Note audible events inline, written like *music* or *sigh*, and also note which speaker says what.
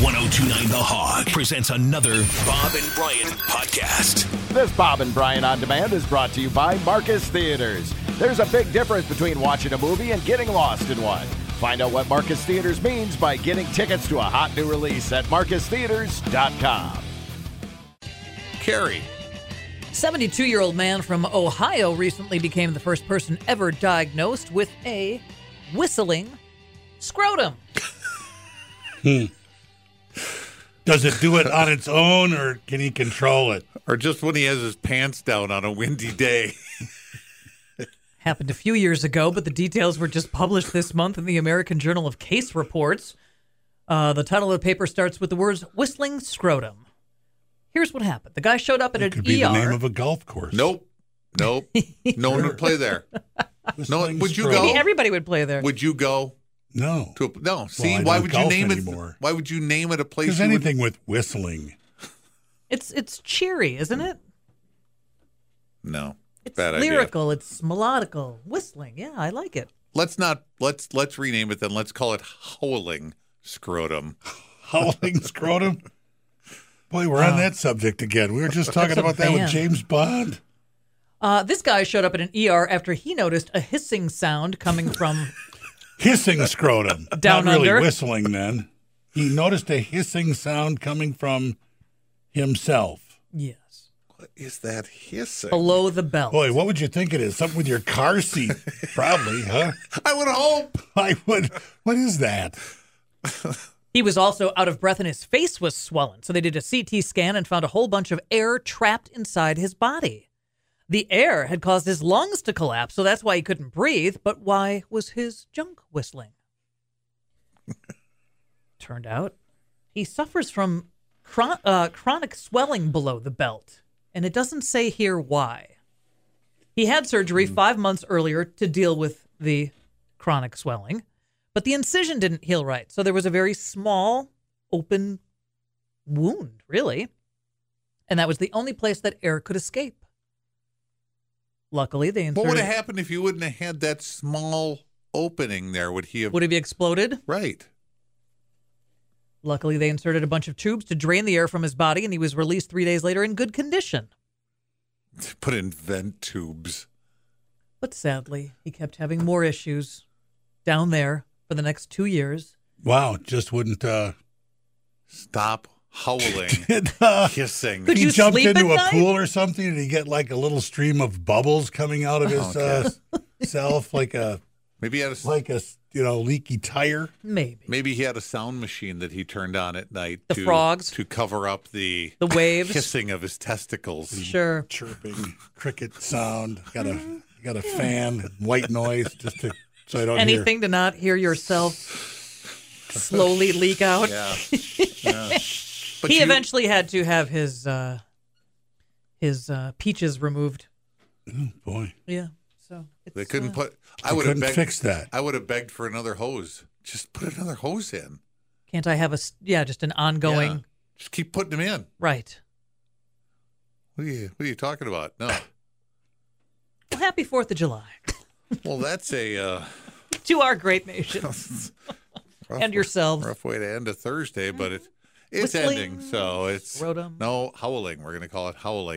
Speaker 1: 1029 The Hog presents another Bob and Brian podcast.
Speaker 2: This Bob and Brian on Demand is brought to you by Marcus Theaters. There's a big difference between watching a movie and getting lost in one. Find out what Marcus Theaters means by getting tickets to a hot new release at marcustheaters.com.
Speaker 3: Carrie.
Speaker 4: 72 year old man from Ohio recently became the first person ever diagnosed with a whistling scrotum.
Speaker 5: Does it do it on its own, or can he control it?
Speaker 3: Or just when he has his pants down on a windy day.
Speaker 4: Happened a few years ago, but the details were just published this month in the American Journal of Case Reports. Uh, the title of the paper starts with the words whistling scrotum. Here's what happened the guy showed up at
Speaker 5: It
Speaker 4: an
Speaker 5: could be
Speaker 4: ER.
Speaker 5: the name of a golf course.
Speaker 3: *laughs* Nope. Nope. No one would play there.
Speaker 5: Whistling
Speaker 3: would you
Speaker 5: Straw.
Speaker 3: go?
Speaker 4: Maybe everybody would play there.
Speaker 3: Would you go
Speaker 5: No,
Speaker 3: to a, no? See,
Speaker 5: I
Speaker 3: why
Speaker 5: don't
Speaker 3: would you
Speaker 5: golf
Speaker 3: name
Speaker 5: anymore.
Speaker 3: it? Why would you name it a place?
Speaker 5: because
Speaker 3: you would-
Speaker 5: anything with whistling.
Speaker 4: It's it's cheery, isn't it?
Speaker 3: no.
Speaker 4: It's
Speaker 3: bad idea.
Speaker 4: lyrical, it's melodical, whistling. Yeah, I like it.
Speaker 3: Let's not. Let's let's rename it then. Let's call it howling scrotum. *laughs*
Speaker 5: Howling scrotum. Boy, we're on that subject again. We were just talking
Speaker 4: Oh. That's a
Speaker 5: about that with
Speaker 4: band.
Speaker 5: James Bond.
Speaker 4: Uh, this guy showed up at an ER after he noticed a hissing sound
Speaker 3: *laughs*
Speaker 4: coming from
Speaker 5: Hissing scrotum.
Speaker 4: *laughs* Down
Speaker 5: Not
Speaker 4: under.
Speaker 5: really whistling then. He noticed a hissing sound coming from himself.
Speaker 4: yes
Speaker 3: What is that hissing?
Speaker 4: below the belt.
Speaker 5: Boy, what would you think it is? Something with your car seat, probably, huh?
Speaker 3: *laughs* I would hope.
Speaker 5: I would. What is that?
Speaker 4: He was also out of breath and his face was swollen. So they did a CT scan and found a whole bunch of air trapped inside his body. The air had caused his lungs to collapse, so that's why he couldn't breathe. But why was his junk whistling? Turned out he suffers from chron- uh, chronic swelling below the belt, and it doesn't say here why. He had surgery five months earlier to deal with the chronic swelling, but the incision didn't heal right. So there was a very small open wound, really. And that was the only place that air could escape. Luckily, they
Speaker 3: What
Speaker 4: inserted.
Speaker 3: would have happened if you wouldn't have had that small opening there? Would he have?
Speaker 4: Would it be exploded?
Speaker 3: right.
Speaker 4: Luckily, they inserted a bunch of tubes to drain the air from his body, and he was released three days later in good condition.
Speaker 3: Put in vent tubes.
Speaker 4: But sadly, he kept having more issues down there for the next two years.
Speaker 5: Wow, just wouldn't. uh *laughs*
Speaker 3: Stop
Speaker 4: *laughs*
Speaker 3: howling,
Speaker 5: Did, uh,
Speaker 3: hissing.
Speaker 4: Could
Speaker 5: he
Speaker 4: you
Speaker 5: jumped
Speaker 4: sleep
Speaker 5: into
Speaker 4: at
Speaker 5: a
Speaker 4: night?
Speaker 5: pool or something and he get like a little stream of bubbles coming out of
Speaker 4: Oh,
Speaker 5: his
Speaker 3: Okay.
Speaker 5: uh, self like a
Speaker 3: Maybe he had a
Speaker 5: like a you know leaky tire
Speaker 4: Maybe.
Speaker 3: maybe he had a sound machine that he turned on at night.
Speaker 4: The
Speaker 3: to,
Speaker 4: frogs?
Speaker 3: to cover up the
Speaker 4: The waves.
Speaker 3: hissing of his testicles.
Speaker 4: sure.
Speaker 5: chirping cricket sound got a got a fan white noise just to so I don't hear.
Speaker 4: Anything to not hear yourself slowly leak out.
Speaker 3: Yeah.
Speaker 5: *laughs*
Speaker 3: Yeah. But
Speaker 4: he
Speaker 3: you-
Speaker 4: eventually had to have his uh, his uh, peaches removed.
Speaker 5: Oh, boy
Speaker 4: Yeah. So it's,
Speaker 3: They couldn't
Speaker 4: uh,
Speaker 3: put. I
Speaker 5: They
Speaker 3: would have
Speaker 5: couldn't
Speaker 3: begged,
Speaker 5: fix that.
Speaker 3: I would have begged for another hose. Just put another hose in.
Speaker 4: can't I have a s- yeah? Just an ongoing
Speaker 3: Yeah. Just keep putting them in.
Speaker 4: right.
Speaker 3: What are you? What are you talking about? No.
Speaker 4: Well, happy Fourth of July *laughs*
Speaker 3: Well, that's a uh,
Speaker 4: to our great
Speaker 3: *laughs*
Speaker 4: nation
Speaker 3: rough,
Speaker 4: *laughs* and yourselves.
Speaker 3: rough way to end a Thursday, but it it's
Speaker 4: Whistling,
Speaker 3: ending. So it's
Speaker 4: scrotum.
Speaker 3: no howling. We're gonna call it howling.